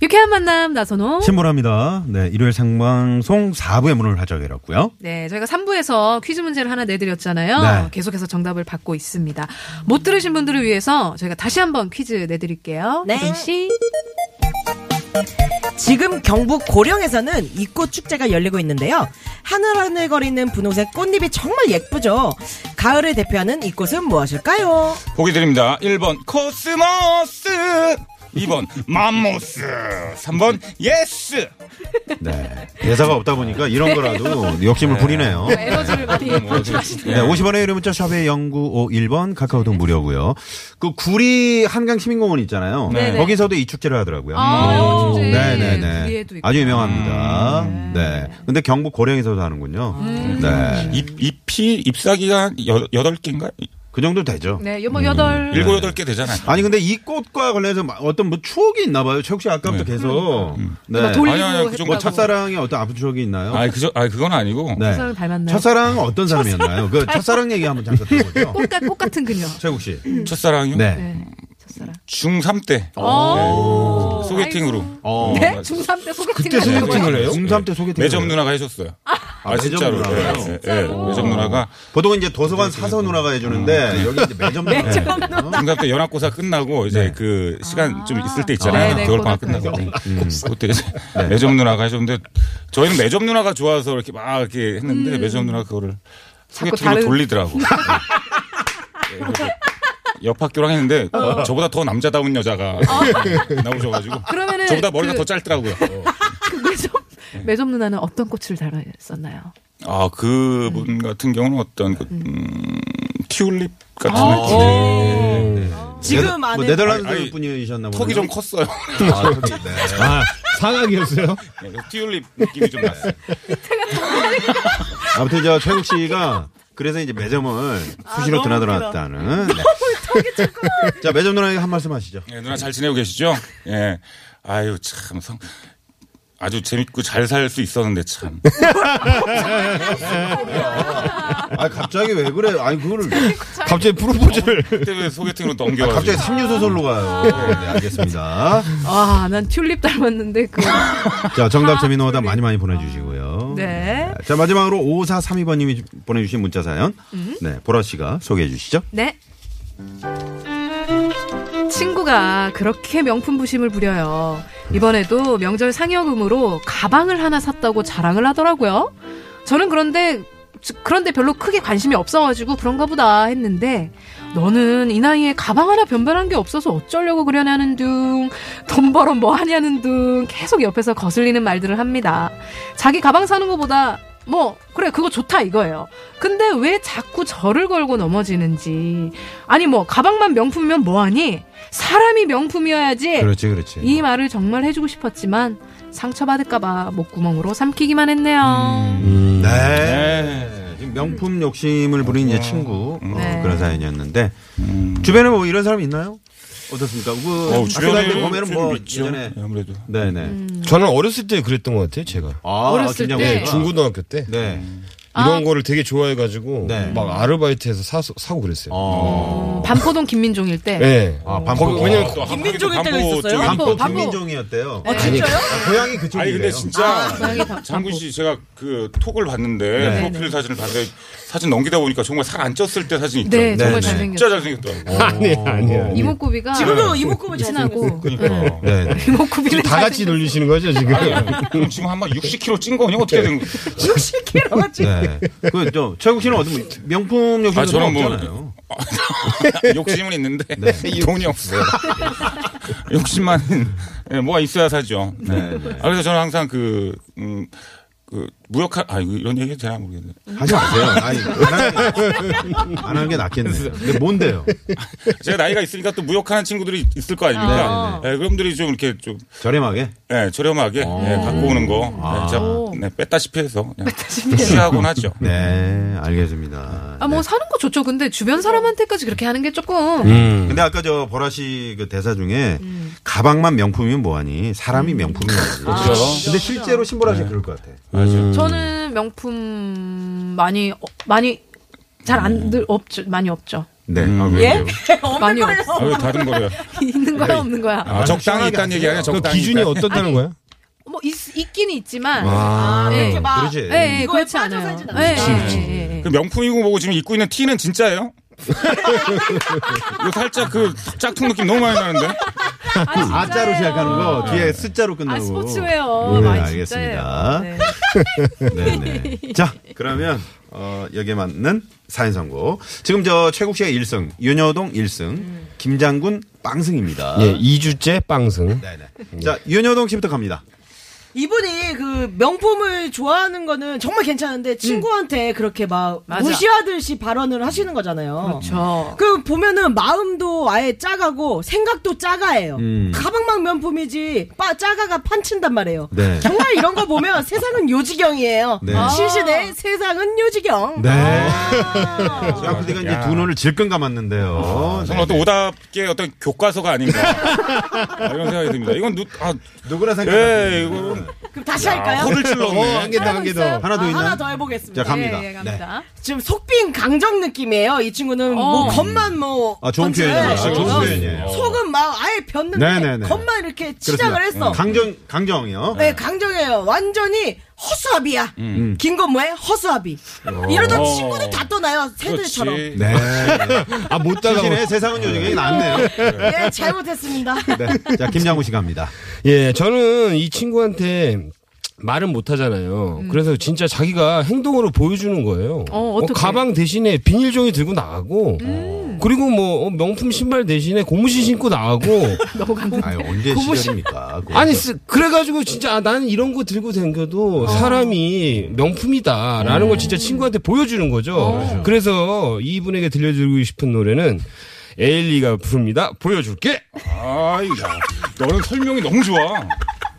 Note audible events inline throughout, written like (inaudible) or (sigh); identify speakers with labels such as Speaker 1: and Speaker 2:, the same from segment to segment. Speaker 1: 유쾌한 만남 나선홍.
Speaker 2: 신보라입니다. 네, 일요일 생방송 4부의 문을 활짝 열었고요.
Speaker 1: 네, 저희가 3부에서 퀴즈 문제를 하나 내드렸잖아요.
Speaker 2: 네.
Speaker 1: 계속해서 정답을 받고 있습니다. 못 들으신 분들을 위해서 저희가 다시 한번 퀴즈 내드릴게요.
Speaker 3: 네.
Speaker 1: 혜진 씨.
Speaker 3: 지금 경북 고령에서는 이 꽃 축제가 열리고 있는데요. 하늘하늘거리는 분홍색 꽃잎이 정말 예쁘죠. 가을을 대표하는 이 꽃은 무엇일까요?
Speaker 4: 보기 드립니다. 1번 코스모스 2번 맘모스 3번 예스
Speaker 2: 네. 대사가 없다 보니까 이런 거라도 욕심을 부리네요.
Speaker 1: 에너지를 많이
Speaker 2: 네, 50원의 유료 문자 샵에 0951번 카카오톡 무료고요. 그 구리 한강 시민공원 있잖아요.
Speaker 4: 네.
Speaker 2: 거기서도 이 축제를 하더라고요.
Speaker 1: 아, 영어 축제.
Speaker 2: 네, 네, 네.
Speaker 1: 구리에도 있고.
Speaker 2: 아주 유명합니다. 네. 근데 경북 고령에서도 하는군요. 네.
Speaker 4: 잎, 잎이 잎사귀가 8개인가?
Speaker 2: 그 정도 되죠.
Speaker 1: 네, 요뭐 여덟.
Speaker 4: 7, 8개 되잖아요.
Speaker 2: 아니 근데 이 꽃과 관련해서 막 어떤 뭐 추억이 있나 봐요. 최욱 씨 아까부터 계속 네.
Speaker 1: 막 돌리고
Speaker 4: 아니, 아니, 그
Speaker 1: 했다고.
Speaker 4: 정도
Speaker 2: 뭐 첫사랑의 어떤 아픈 추억이 있나요?
Speaker 4: 아니, 그저, 아니 그건 아니고
Speaker 2: 네.
Speaker 1: 첫사랑 닮았나요?
Speaker 2: 첫사랑은 어떤 사람이었나요? 그 첫사랑 얘기 한번 잠깐 들어보죠.
Speaker 1: 꽃, 같- 꽃 같은 그녀.
Speaker 2: 최국 씨.
Speaker 4: 첫사랑이요?
Speaker 2: 네.
Speaker 1: 음. 네. 첫사랑.
Speaker 4: 중3 때
Speaker 1: 오.
Speaker 4: 소개팅으로
Speaker 1: 아이고.
Speaker 2: 어.
Speaker 1: 어? 네? 중3 때 소개팅을
Speaker 2: 그때
Speaker 1: 하는 거예요?
Speaker 2: 소개팅을
Speaker 4: 네.
Speaker 2: 해요? 중3 때 소개팅을
Speaker 4: 매점
Speaker 2: 해요?
Speaker 4: 누나가 해줬어요.
Speaker 2: 아, 매점 누나가요?
Speaker 4: 예, 예, 예. 매점 누나가
Speaker 2: 보통은 이제 도서관 사서 누나가 해주는데 여기 이제 매점
Speaker 1: 네.
Speaker 2: 누나.
Speaker 4: 중3 때 연합고사 끝나고 이제 그 시간 좀 있을 때 있잖아요.
Speaker 1: 아. 네, 네,
Speaker 4: 겨울방학
Speaker 1: 고등학교 네.
Speaker 4: 끝나고. 음. 그때 이제 매점 누나가 해줬는데 저희는 매점 누나가 좋아서 이렇게 막 이렇게 했는데 매점 누나가 그거를
Speaker 1: 음. 자꾸
Speaker 4: 소개팅으로
Speaker 1: 다른- (laughs)
Speaker 4: 돌리더라고. 네. 네, 그래서 옆 학교랑 했는데 저보다 더 남자다운 여자가 (laughs) 나오셔가지고
Speaker 1: 어. 그러면은
Speaker 4: 저보다 머리가
Speaker 1: 그-
Speaker 4: 더 짧더라고요. 어.
Speaker 1: 그 매점, 매점 누나는 어떤 꽃을 달았었나요?
Speaker 4: 아, 그분 같은 경우는 어떤 그, 음, 튤립 같은
Speaker 1: 아, 어.
Speaker 4: 느낌의
Speaker 3: 지금
Speaker 2: 뭐
Speaker 3: 아는 (laughs)
Speaker 2: 네덜란드
Speaker 4: 아니, 아니,
Speaker 2: 분이셨나 보네요.
Speaker 4: 턱이 좀 컸어요.
Speaker 2: 아, 턱이, 네.
Speaker 5: 사각이었어요?
Speaker 4: 네, 그래서 튤립 느낌이 좀 났어요.
Speaker 2: 아무튼 저 최국 씨가 그래서 이제 매점을
Speaker 1: 아,
Speaker 2: 수시로 드나들었다는. 네. 자 매점 누나에게 한 말씀 하시죠.
Speaker 4: 예, 누나 잘 지내고 계시죠? 예. 아유, 참. 성... 아주 재밌고 잘 살 수 있었는데 참.
Speaker 2: 아 갑자기 왜 그래? 아니 그거를
Speaker 5: 갑자기 프로포즈를.
Speaker 4: 그때 왜 소개팅으로
Speaker 2: 아,
Speaker 4: 넘겨가지고.
Speaker 2: 갑자기 삼류 소설로 가요. 네, 알겠습니다.
Speaker 1: 아, 난 튤립 닮았는데 그.
Speaker 2: 자, 정답 재미는 오다 많이 많이 보내주시고요.
Speaker 1: 네.
Speaker 2: 자, 마지막으로 5432번님이 보내주신 문자 사연.
Speaker 1: 음?
Speaker 2: 네, 보라 씨가 소개해 주시죠.
Speaker 1: 네. 친구가 그렇게 명품 부심을 부려요. 이번에도 명절 상여금으로 가방을 하나 샀다고 자랑을 하더라고요. 저는 그런데 그런데 별로 크게 관심이 없어가지고 그런가 보다 했는데 너는 이 나이에 가방 하나 변변한 게 없어서 어쩌려고 그러냐는 둥, 돈 벌어 뭐 하냐는 둥 계속 옆에서 거슬리는 말들을 합니다. 자기 가방 사는 것보다 뭐 그래 그거 좋다 이거예요. 근데 왜 자꾸 저를 걸고 넘어지는지 아니 뭐 가방만 명품이면 뭐하니 사람이 명품이어야지
Speaker 2: 그렇지, 그렇지.
Speaker 1: 이 말을 정말 해주고 싶었지만 상처받을까봐 목구멍으로 삼키기만 했네요.
Speaker 2: 네.
Speaker 4: 음. 네.
Speaker 2: 지금 명품 욕심을 부린 이제 친구 어,
Speaker 1: 네.
Speaker 2: 그런 사연이었는데
Speaker 4: 음.
Speaker 2: 주변에 뭐 이런 사람 있나요? 어떻습니까? 그
Speaker 4: 어,
Speaker 2: 학교 다닐 때 보면은
Speaker 4: 주변에
Speaker 2: 뭐
Speaker 4: 있죠.
Speaker 2: 예전에
Speaker 4: 아무래도.
Speaker 2: 네네
Speaker 5: 저는 어렸을 때 그랬던 것 같아요, 제가.
Speaker 2: 아,
Speaker 1: 음. 어렸을
Speaker 2: 김장훈
Speaker 1: 때.
Speaker 2: 씨가.
Speaker 1: 네. 아.
Speaker 5: 중고등학교 때.
Speaker 2: 네.
Speaker 5: 이런 거를 되게 좋아해가지고,
Speaker 2: 네.
Speaker 5: 막 아르바이트해서 사, 사고 그랬어요.
Speaker 1: 음.
Speaker 2: 어.
Speaker 1: 반포동 김민종일 때
Speaker 5: 네.
Speaker 2: 아,
Speaker 5: 거기,
Speaker 2: 반포.
Speaker 5: 왜냐면,
Speaker 4: 어, 또 한-
Speaker 3: 김민종일 때가
Speaker 4: 반포
Speaker 3: 있었어요?
Speaker 4: 쪽이-
Speaker 2: 반포
Speaker 1: 반포.
Speaker 2: 김민종이었대요.
Speaker 5: 진짜요?
Speaker 2: 아, 고향이 그쪽이에요.
Speaker 4: 아니 근데 진짜
Speaker 1: 고양이 밥-
Speaker 4: 장군 씨 제가 그 톡을 봤는데
Speaker 2: 네.
Speaker 4: 프로필 사진을 봤는데 사진 넘기다 보니까 정말 살 안 쪘을 때 사진 있죠.
Speaker 1: 네, 정말
Speaker 2: 네, 네.
Speaker 4: 진짜
Speaker 1: 잘생겼어요.
Speaker 4: 잘생겼더라고.
Speaker 5: 아니, 아니야.
Speaker 1: 이목구비가
Speaker 3: 지금도 이목구비 잘
Speaker 1: 친하고
Speaker 4: 그러니까.
Speaker 2: 네, 네.
Speaker 1: (laughs) 이목구비를
Speaker 5: 다 같이 놀리시는 거죠, 지금?
Speaker 4: 그럼 어. 지금 한번 60kg 찐 거니 어떻게 된 거?
Speaker 3: 60kg.
Speaker 2: 네. 그, 저, 최국 씨는 어디, 뭐 명품 욕심이
Speaker 4: 아, 저는 뭐-
Speaker 2: 없잖아요.
Speaker 4: (laughs) 욕심은 있는데
Speaker 5: 네.
Speaker 4: 돈이 (laughs) 없어요. 예, 뭐
Speaker 5: 네,
Speaker 4: 욕심만 은 뭐가 있어야 사죠. 네. 아, 그래서 저는 항상 그 음, 그 무역할 아 이거 이런 얘기 제가 모르겠네.
Speaker 2: 하지 마세요. 아니, 안 하는 게 낫겠네요. 근데 뭔데요?
Speaker 4: 제가 나이가 있으니까 또 무역하는 친구들이 있을 거 아닙니까?
Speaker 5: 네,
Speaker 4: 예, 그럼들이 좀 이렇게 좀
Speaker 2: 저렴하게?
Speaker 4: 예, 저렴하게 예,
Speaker 5: 어.
Speaker 4: 갖고 오는 거
Speaker 5: 아.
Speaker 4: 예, 제가 네, 뺐다시피 해서 그냥 취하곤 하죠.
Speaker 2: 네, 알겠습니다.
Speaker 1: 아, 뭐 사는 거 좋죠. 근데 주변 사람한테까지 그렇게 하는 게 조금
Speaker 2: 네. 근데 아까 저 보라 씨 그 대사 중에 가방만 명품이면 뭐하니? 사람이
Speaker 1: 음.
Speaker 2: 명품이지.
Speaker 1: 아,
Speaker 4: 그렇죠.
Speaker 2: 근데 실제로 신보라 씨 그럴 것 네. 같아. 음.
Speaker 1: 저는 명품 많이 어, 많이
Speaker 2: 음.
Speaker 1: 잘안 없죠. 많이 없죠.
Speaker 2: 네.
Speaker 4: 음.
Speaker 2: 아, 왜요?
Speaker 3: 예?
Speaker 1: 많이
Speaker 3: 없는 걸로.
Speaker 1: 없어. (laughs)
Speaker 4: 아왜 다른 거예요?
Speaker 1: 있는
Speaker 2: 네.
Speaker 1: 거야 없는 거야.
Speaker 4: 아, 적당히 있다는 얘기 아니야?
Speaker 5: 그
Speaker 4: 적당히
Speaker 5: 기준이
Speaker 4: 있다.
Speaker 5: 어떻다는 거야?
Speaker 1: 뭐 있, 있긴 있지만
Speaker 3: 아,
Speaker 1: 예.
Speaker 3: 이렇게 막.
Speaker 2: 그러지.
Speaker 1: 예, 예,
Speaker 3: 이거에
Speaker 1: 그렇지
Speaker 3: 빠져서
Speaker 1: 않아요.
Speaker 3: 하진
Speaker 1: 예, 예,
Speaker 3: 않죠.
Speaker 1: 예, 예.
Speaker 4: 그 명품이고 뭐고 지금 입고 있는 티는 진짜예요? (laughs) 이거 살짝 그 짝퉁 느낌 너무 많이 나는데?
Speaker 1: 아, 진짜예요.
Speaker 2: 아자로 시작하는 거 뒤에 스자로 끝나고.
Speaker 1: 아, 스포츠웨어.
Speaker 2: 네,
Speaker 1: 많이
Speaker 2: 알겠습니다.
Speaker 1: 진짜예요. 네.
Speaker 2: 네네. 자, 그러면 어, 여기에 맞는 사연 선고. 지금 저 최국 씨가 1승, 윤여동 1승, 김장군 빵승입니다.
Speaker 5: 예, 2주째 빵승.
Speaker 2: 아. 네네. 자, 윤여동 씨부터 갑니다.
Speaker 3: 이분이 그 명품을 좋아하는 거는 정말 괜찮은데 친구한테 그렇게 막
Speaker 1: 음. 맞아.
Speaker 3: 무시하듯이 발언을 하시는 거잖아요.
Speaker 1: 그렇죠.
Speaker 3: 그 보면은 마음도 아예 짜가고 생각도 짜가예요.
Speaker 2: 음.
Speaker 3: 가방만 명품이지 빠 짜가가 판친단 말이에요.
Speaker 2: 네.
Speaker 3: 정말 이런 거 보면 (laughs) 세상은 요지경이에요.
Speaker 2: 네. 아.
Speaker 3: 실시대 세상은 요지경. 아.
Speaker 2: 네. 자, 우리가 이제 두 눈을 질끈 감았는데요. 네.
Speaker 4: 정말 어떤 오답계 어떤 교과서가 아닌가 아, 이런 생각이 듭니다. 이건 누, 아,
Speaker 2: 누구나 생각하는
Speaker 4: 예, 이거
Speaker 3: 그럼 다시 할까요? 어,
Speaker 4: 호를 찔렀네.
Speaker 2: 개 더, 어, 한 개 더. 하나 더
Speaker 3: 아,
Speaker 2: 있나?
Speaker 3: 하나 더 해보겠습니다.
Speaker 2: 자, 갑니다. 네.
Speaker 1: 예, 예, 갑니다.
Speaker 3: 지금 속빈 강정 느낌이에요. 이 친구는 뭐
Speaker 1: 어.
Speaker 3: 겉만 뭐
Speaker 2: 아, 좋은
Speaker 3: 던지네.
Speaker 2: 표현이에요. 아, 좋은
Speaker 3: 어,
Speaker 2: 표현이에요.
Speaker 3: 속은 막 아예 변는데
Speaker 2: 네네네.
Speaker 3: 겉만 이렇게
Speaker 2: 그렇습니다. 음.
Speaker 3: 치장을 했어.
Speaker 2: 강정, 강정이요.
Speaker 3: 네, 강정이에요. 완전히 허수아비야.
Speaker 2: 음.
Speaker 3: 긴 건 뭐해? 허수아비. 이러다
Speaker 4: 어.
Speaker 3: 친구들 다 떠나요. 새들처럼.
Speaker 4: 그렇지.
Speaker 2: 네.
Speaker 5: 아, 못 따가워.
Speaker 2: 당신의 세상은 요즘에 낫네요.
Speaker 3: 예, 잘못했습니다.
Speaker 2: (laughs) 네. 자, 김장훈 씨 갑니다.
Speaker 5: 예, 저는 이 친구한테 말은 못 하잖아요. 그래서 진짜 자기가 행동으로 보여주는 거예요.
Speaker 1: 음. 어, 어떻게?
Speaker 5: 가방 대신에 비닐종이 들고 나가고,
Speaker 1: 음.
Speaker 5: 그리고 뭐 어, 명품 신발 대신에 고무신 신고 나가고,
Speaker 1: 너무 간다.
Speaker 2: 아유, 언제 시절입니까? 그거.
Speaker 5: 아니 쓰- 예, 그래가지고 진짜 아, 나는 이런 거 들고 댕겨도 사람이 명품이다라는 걸 진짜 친구한테 보여주는 거죠. 그래서 이분에게 들려드리고 싶은 노래는 에일리가 부릅니다. 보여줄게.
Speaker 4: 아이, 야, 너는 설명이 너무 좋아.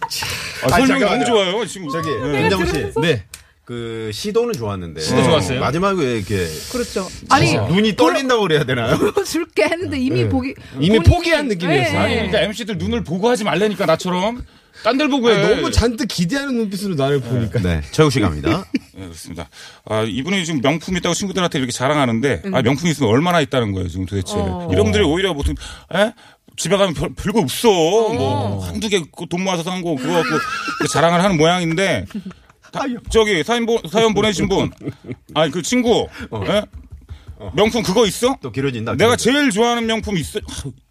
Speaker 4: 아,
Speaker 2: 아니,
Speaker 4: 설명이
Speaker 2: 잠깐만요.
Speaker 4: 너무 좋아요, 이 친구.
Speaker 2: 저기,
Speaker 4: 예.
Speaker 2: 김장훈 씨.
Speaker 5: 네.
Speaker 2: 그, 시도는 좋았는데.
Speaker 5: 시도 좋았어요?
Speaker 2: 마지막에 이렇게. 어,
Speaker 1: 그렇죠. 아니
Speaker 2: 눈이 떨린다고 그래야 되나요?
Speaker 1: 줄게 했는데 이미 보기
Speaker 5: 이미
Speaker 1: 본인이-
Speaker 5: 포기한 느낌이었어요.
Speaker 1: 예,
Speaker 4: 아니,
Speaker 1: 예.
Speaker 4: 그러니까 MC들 눈을 보고 하지 말라니까, 나처럼. 딴 데를 보고
Speaker 2: 아,
Speaker 4: 해.
Speaker 5: 너무 잔뜩 기대하는 눈빛으로 나를 보니까.
Speaker 2: 네. 최국 씨 갑니다.
Speaker 4: 예, 그렇습니다. 아, 이분이 지금 명품 있다고 친구들한테 이렇게 자랑하는데, 아, 명품 있으면 얼마나 있다는 거예요, 지금 도대체.
Speaker 1: 어.
Speaker 4: 이런 분들이 오히려 보통, 에? 집에 가면 별, 별거 없어. 뭐, 한두 개 돈 모아서 산 거, 그거 갖고 이렇게 자랑을 하는 모양인데, 다- 저기, 사연, 보, 사연 보내신 분, 아니, 그 친구, 예? 명품 그거 있어?
Speaker 2: 어. 또 길어진다.
Speaker 4: 내가
Speaker 2: 길어진다.
Speaker 4: 제일 좋아하는 명품 있어.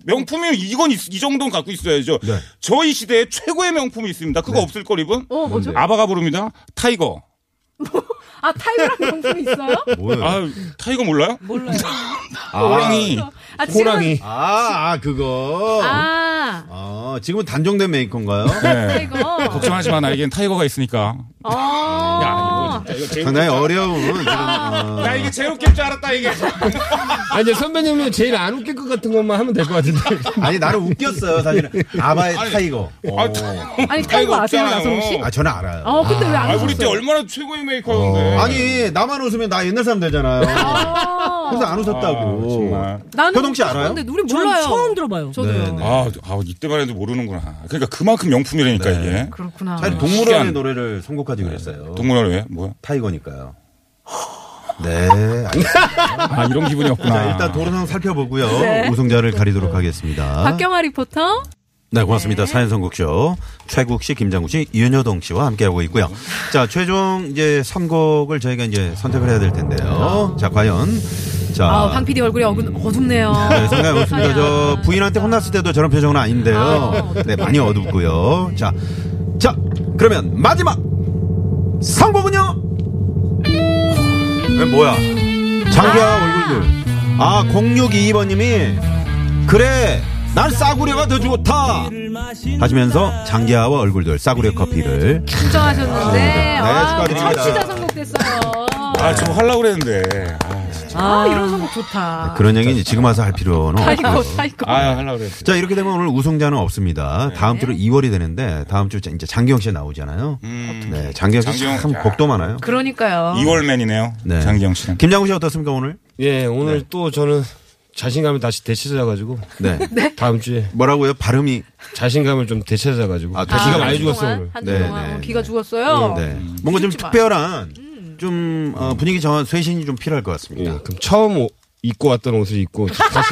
Speaker 4: 명품이 이건 있- 이 정도는 갖고 있어야죠.
Speaker 2: 네.
Speaker 4: 저희 시대에 최고의 명품이 있습니다. 그거 없을 걸 이분?
Speaker 1: 어 뭐죠?
Speaker 4: 아바가 부릅니다. 타이거.
Speaker 1: 아 타이거랑 명품 있어요?
Speaker 2: 뭐예요? 아,
Speaker 4: 아, 타이거 몰라요? 네. 몰라요. 호랑이.
Speaker 1: 아
Speaker 5: 네.
Speaker 1: 지금
Speaker 2: 아, 그거. 아.
Speaker 1: 아
Speaker 2: 지금은 단종된 메이커인가요?
Speaker 4: 네.
Speaker 1: 이거
Speaker 4: 걱정하지 마. 나에겐 타이거가 있으니까.
Speaker 1: 어
Speaker 4: 야, 이거 진짜 아. 이거 제일
Speaker 2: 상당히 어려운. 지금, 어,
Speaker 4: 나 이게 제일 웃길 줄 알았다 이게.
Speaker 5: 아, 이제 선배님은 제일 안 웃길 것 같은 것만 하면 될 것 같은데.
Speaker 2: 어, 아니, 나를 웃겼어요, 사실은. 아바의 타이거. 어.
Speaker 4: 아, 타이거.
Speaker 1: 아니 타이거 아세요
Speaker 4: 없잖아요.
Speaker 1: 나성 씨?
Speaker 2: 아, 저는 알아요. 네.
Speaker 1: 어 근데 왜
Speaker 4: 아, 어.
Speaker 1: 안
Speaker 4: 우리 때
Speaker 1: 오셨어요?
Speaker 4: 얼마나 최고의 메이커였는데.
Speaker 2: 아니 나만 웃으면 나 옛날 사람 되잖아요. 그래서 안
Speaker 4: 아,
Speaker 2: 웃었다고.
Speaker 4: 정말.
Speaker 1: 나는
Speaker 2: 효동 씨 알아요?
Speaker 1: 근데 우리
Speaker 3: 저는
Speaker 1: 몰라요.
Speaker 3: 처음 들어봐요.
Speaker 1: 저도요.
Speaker 2: 네, 네.
Speaker 4: 아, 아, 이때만 해도 모르는구나. 그러니까 그만큼 명품이라니까 이게.
Speaker 1: 그렇구나.
Speaker 2: 사실
Speaker 4: 아, 신기한.
Speaker 2: 동물원의 노래를 선곡하지 그랬어요.
Speaker 4: 동물원 왜? 뭐야?
Speaker 2: 타이거니까요. 네. 알겠습니다.
Speaker 4: 아, 이런 기분이었구나.
Speaker 2: 자, 일단 도로 상황 살펴보고요. 네. 우승자를 가리도록 하겠습니다.
Speaker 1: 네. 박경화 리포터.
Speaker 2: 네, 고맙습니다. 사연 선곡쇼. 최국 씨, 김장국 씨, 윤여동 씨와 함께하고 있고요. 자, 최종 이제 선곡을 저희가 이제 선택을 해야 될 텐데요. 자, 과연. 자.
Speaker 1: 아, 황 PD 얼굴이 어금, 어둡네요.
Speaker 2: 네, 상당히 어둡습니다. 저 부인한테 혼났을 때도 저런 표정은 아닌데요. 네, 많이 어둡고요. 자, 자, 그러면 마지막 선곡은요? 에, 뭐야? 장기하 얼굴들. 아, 0622번님이 그래 난 싸구려가 더 좋다. 하시면서 장기하와 얼굴들 싸구려 커피를
Speaker 1: 신청하셨는데
Speaker 2: 네,
Speaker 1: 아, 우리 청취자
Speaker 2: 축하드립니다.
Speaker 1: 선곡됐어요.
Speaker 4: 아, 저 하려고 그랬는데. 아, 진짜.
Speaker 1: 아, 이런 선곡 좋다.
Speaker 2: 네, 그런 얘기는 지금 와서 할 필요는 없고.
Speaker 1: 타이거 타이거.
Speaker 4: 아, 하려고 그랬는데.
Speaker 2: 자 이렇게 되면 오늘 우승자는 없습니다. 다음 주로 2월이 되는데 다음 주 이제 장기영 씨 나오잖아요. 네, 장기영
Speaker 4: 음. 장기영,
Speaker 2: 씨참
Speaker 4: 야.
Speaker 2: 복도 많아요.
Speaker 1: 그러니까요.
Speaker 4: 음. 2월맨이네요.
Speaker 2: 네.
Speaker 4: 장기영 씨는.
Speaker 2: 김장훈 씨 어떻습니까 오늘?
Speaker 5: (laughs) 예, 오늘 또 저는 자신감을 다시 되찾아가지고
Speaker 1: (laughs)
Speaker 2: 네.
Speaker 5: 다음 주에
Speaker 2: 뭐라고요? 발음이
Speaker 5: 자신감을 좀 되찾아가지고
Speaker 2: 아,
Speaker 5: 아, 기가
Speaker 2: 아,
Speaker 5: 많이
Speaker 1: 한주
Speaker 5: 죽었어
Speaker 1: 동안,
Speaker 5: 오늘.
Speaker 2: 네,
Speaker 1: 한주 동안
Speaker 2: 네,
Speaker 1: 어,
Speaker 2: 네.
Speaker 1: 기가 죽었어요. 음.
Speaker 2: 네. 뭔가 좀 특별한 좀 어, 분위기 정한 쇄신이 좀 필요할 것
Speaker 5: 예,
Speaker 2: 같습니다.
Speaker 5: 그럼 처음 옷- 입고 왔던 옷을 입고
Speaker 4: (laughs)
Speaker 5: 다시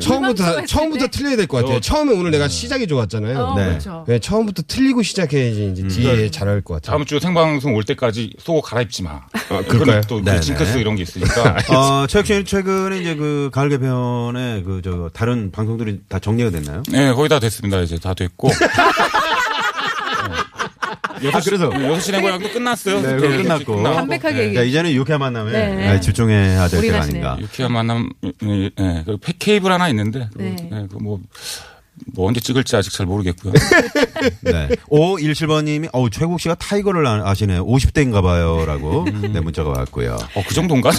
Speaker 5: 처음부터
Speaker 1: 불만족했을
Speaker 5: 처음부터
Speaker 1: 때.
Speaker 5: 틀려야 될 것
Speaker 4: 어.
Speaker 5: 같아요. 처음에 오늘 내가 시작이 좋았잖아요.
Speaker 1: 어,
Speaker 2: 네.
Speaker 1: 그렇죠.
Speaker 5: 네, 처음부터 틀리고 시작해야지 이제 뒤에 잘할 것
Speaker 4: 음.
Speaker 5: 같아요.
Speaker 4: 그러니까 다음 주 생방송 올 때까지 속옷 갈아입지 마.
Speaker 5: 그럴까요?
Speaker 4: 그거는 또
Speaker 2: 네네.
Speaker 4: 징크스 이런 게 (laughs) 있으니까.
Speaker 2: 어, 최혁신 최근에 이제 그 가을 개편에 그 저 다른 방송들이 다 정리가 됐나요?
Speaker 4: 네, 거의 다 됐습니다. 이제 다 됐고. (laughs) 네.
Speaker 2: 아, 그래서
Speaker 4: 네, 여섯 시내 고향도 끝났어요.
Speaker 2: 네, 그거
Speaker 4: 그래서
Speaker 2: 끝났고.
Speaker 4: 끝나고.
Speaker 1: 담백하게
Speaker 2: 자, 그러니까 이제는 유쾌한 만남에
Speaker 1: 네.
Speaker 2: 아, 집중해야 될 때가
Speaker 1: 올인하시네요.
Speaker 2: 아닌가.
Speaker 4: 유쾌한 만남, 예, 예, 그 패케이블 하나 있는데,
Speaker 1: 네.
Speaker 4: 예, 그 뭐, 뭐 언제 찍을지 아직 잘 모르겠고요.
Speaker 2: 네. 517번님이 어우 최국 씨가 타이거를 아- 아시네요. 50대인가 봐요라고 네, 문자가 왔고요.
Speaker 4: 어, 그 정도인가?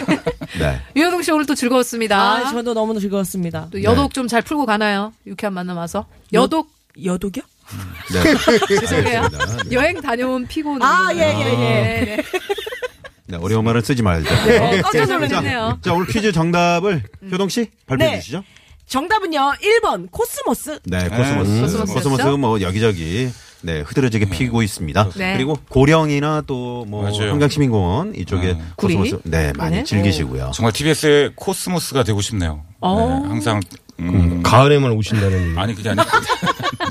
Speaker 4: (laughs)
Speaker 2: 네.
Speaker 1: 유현웅 씨 오늘 또 즐거웠습니다.
Speaker 3: 아, 저도 너무나 즐거웠습니다.
Speaker 1: 또 여독
Speaker 2: 네.
Speaker 1: 좀 잘 풀고 가나요? 유쾌한 만남 와서
Speaker 2: 뭐?
Speaker 1: 여독
Speaker 3: 여독이요?
Speaker 2: 네.
Speaker 1: (laughs) 죄송해요.
Speaker 2: 알겠습니다.
Speaker 1: (laughs)
Speaker 2: 네.
Speaker 1: 여행 다녀온 피곤.
Speaker 3: 아, 예, 예, 예.
Speaker 1: 네, 네.
Speaker 2: 네, 어려운 말은 쓰지 말자. 네.
Speaker 1: 어, 깜짝
Speaker 2: 자,
Speaker 1: 놀랐네요. 음.
Speaker 2: 자, 오늘 퀴즈 정답을 효동 씨 발표해
Speaker 3: 네.
Speaker 2: 주시죠.
Speaker 3: 정답은요, 1번, 코스모스.
Speaker 2: 네, 코스모스.
Speaker 4: 음.
Speaker 2: 코스모스.
Speaker 1: 코스모스였죠?
Speaker 2: 뭐 여기저기 네, 흐드러지게 피고 있습니다.
Speaker 1: 네.
Speaker 2: 그리고 고령이나 또 뭐
Speaker 4: 맞아요.
Speaker 2: 한강시민공원 이쪽에
Speaker 4: 네.
Speaker 1: 구리?
Speaker 2: 코스모스 네, 많이
Speaker 1: 네.
Speaker 2: 즐기시고요.
Speaker 4: 정말 TBS의 코스모스가 되고 싶네요. 네,
Speaker 1: 어.
Speaker 4: 항상, 음,
Speaker 5: 그, 가을에만 오신다는 얘기.
Speaker 4: 아니, 그게 아니고,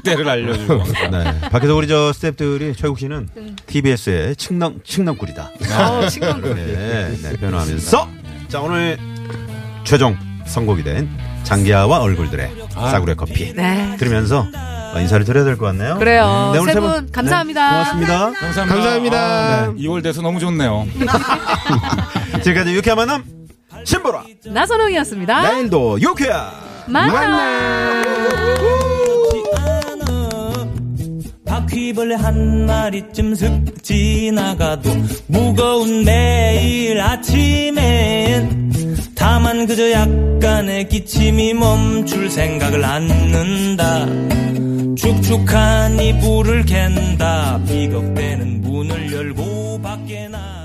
Speaker 4: 때를 (laughs) 알려주고. 항상.
Speaker 2: 네. 밖에서 우리 저 스탭들이 최국 씨는
Speaker 1: 음.
Speaker 2: TBS의 측남 측남꾼이다.
Speaker 1: 어, 친구.
Speaker 2: 네, 네, 변화하면서 자 오늘 최종 선곡이 된 장기하와 얼굴들의
Speaker 4: 아,
Speaker 2: 싸구려 커피
Speaker 1: 네.
Speaker 2: 들으면서 인사를 드려야 될 것 같네요.
Speaker 1: 그래요.
Speaker 2: 네, 오늘
Speaker 1: 세
Speaker 2: 세
Speaker 1: 분 감사합니다.
Speaker 2: 네, 고맙습니다.
Speaker 4: 감사합니다.
Speaker 5: 감사합니다.
Speaker 4: 아, 네. 2월 돼서 너무 좋네요.
Speaker 2: 지금까지 유쾌한 만남 신보라
Speaker 1: 네. 나선홍이었습니다.
Speaker 2: 나인도 유쾌야.
Speaker 1: 만나.
Speaker 6: 바퀴벌레 한 마리쯤 슥 지나가도 무거운 매일 아침엔 다만 그저 약간의 기침이 멈출 생각을 않는다 축축한 이불을 캔다 비겁대는 문을 열고 밖에 나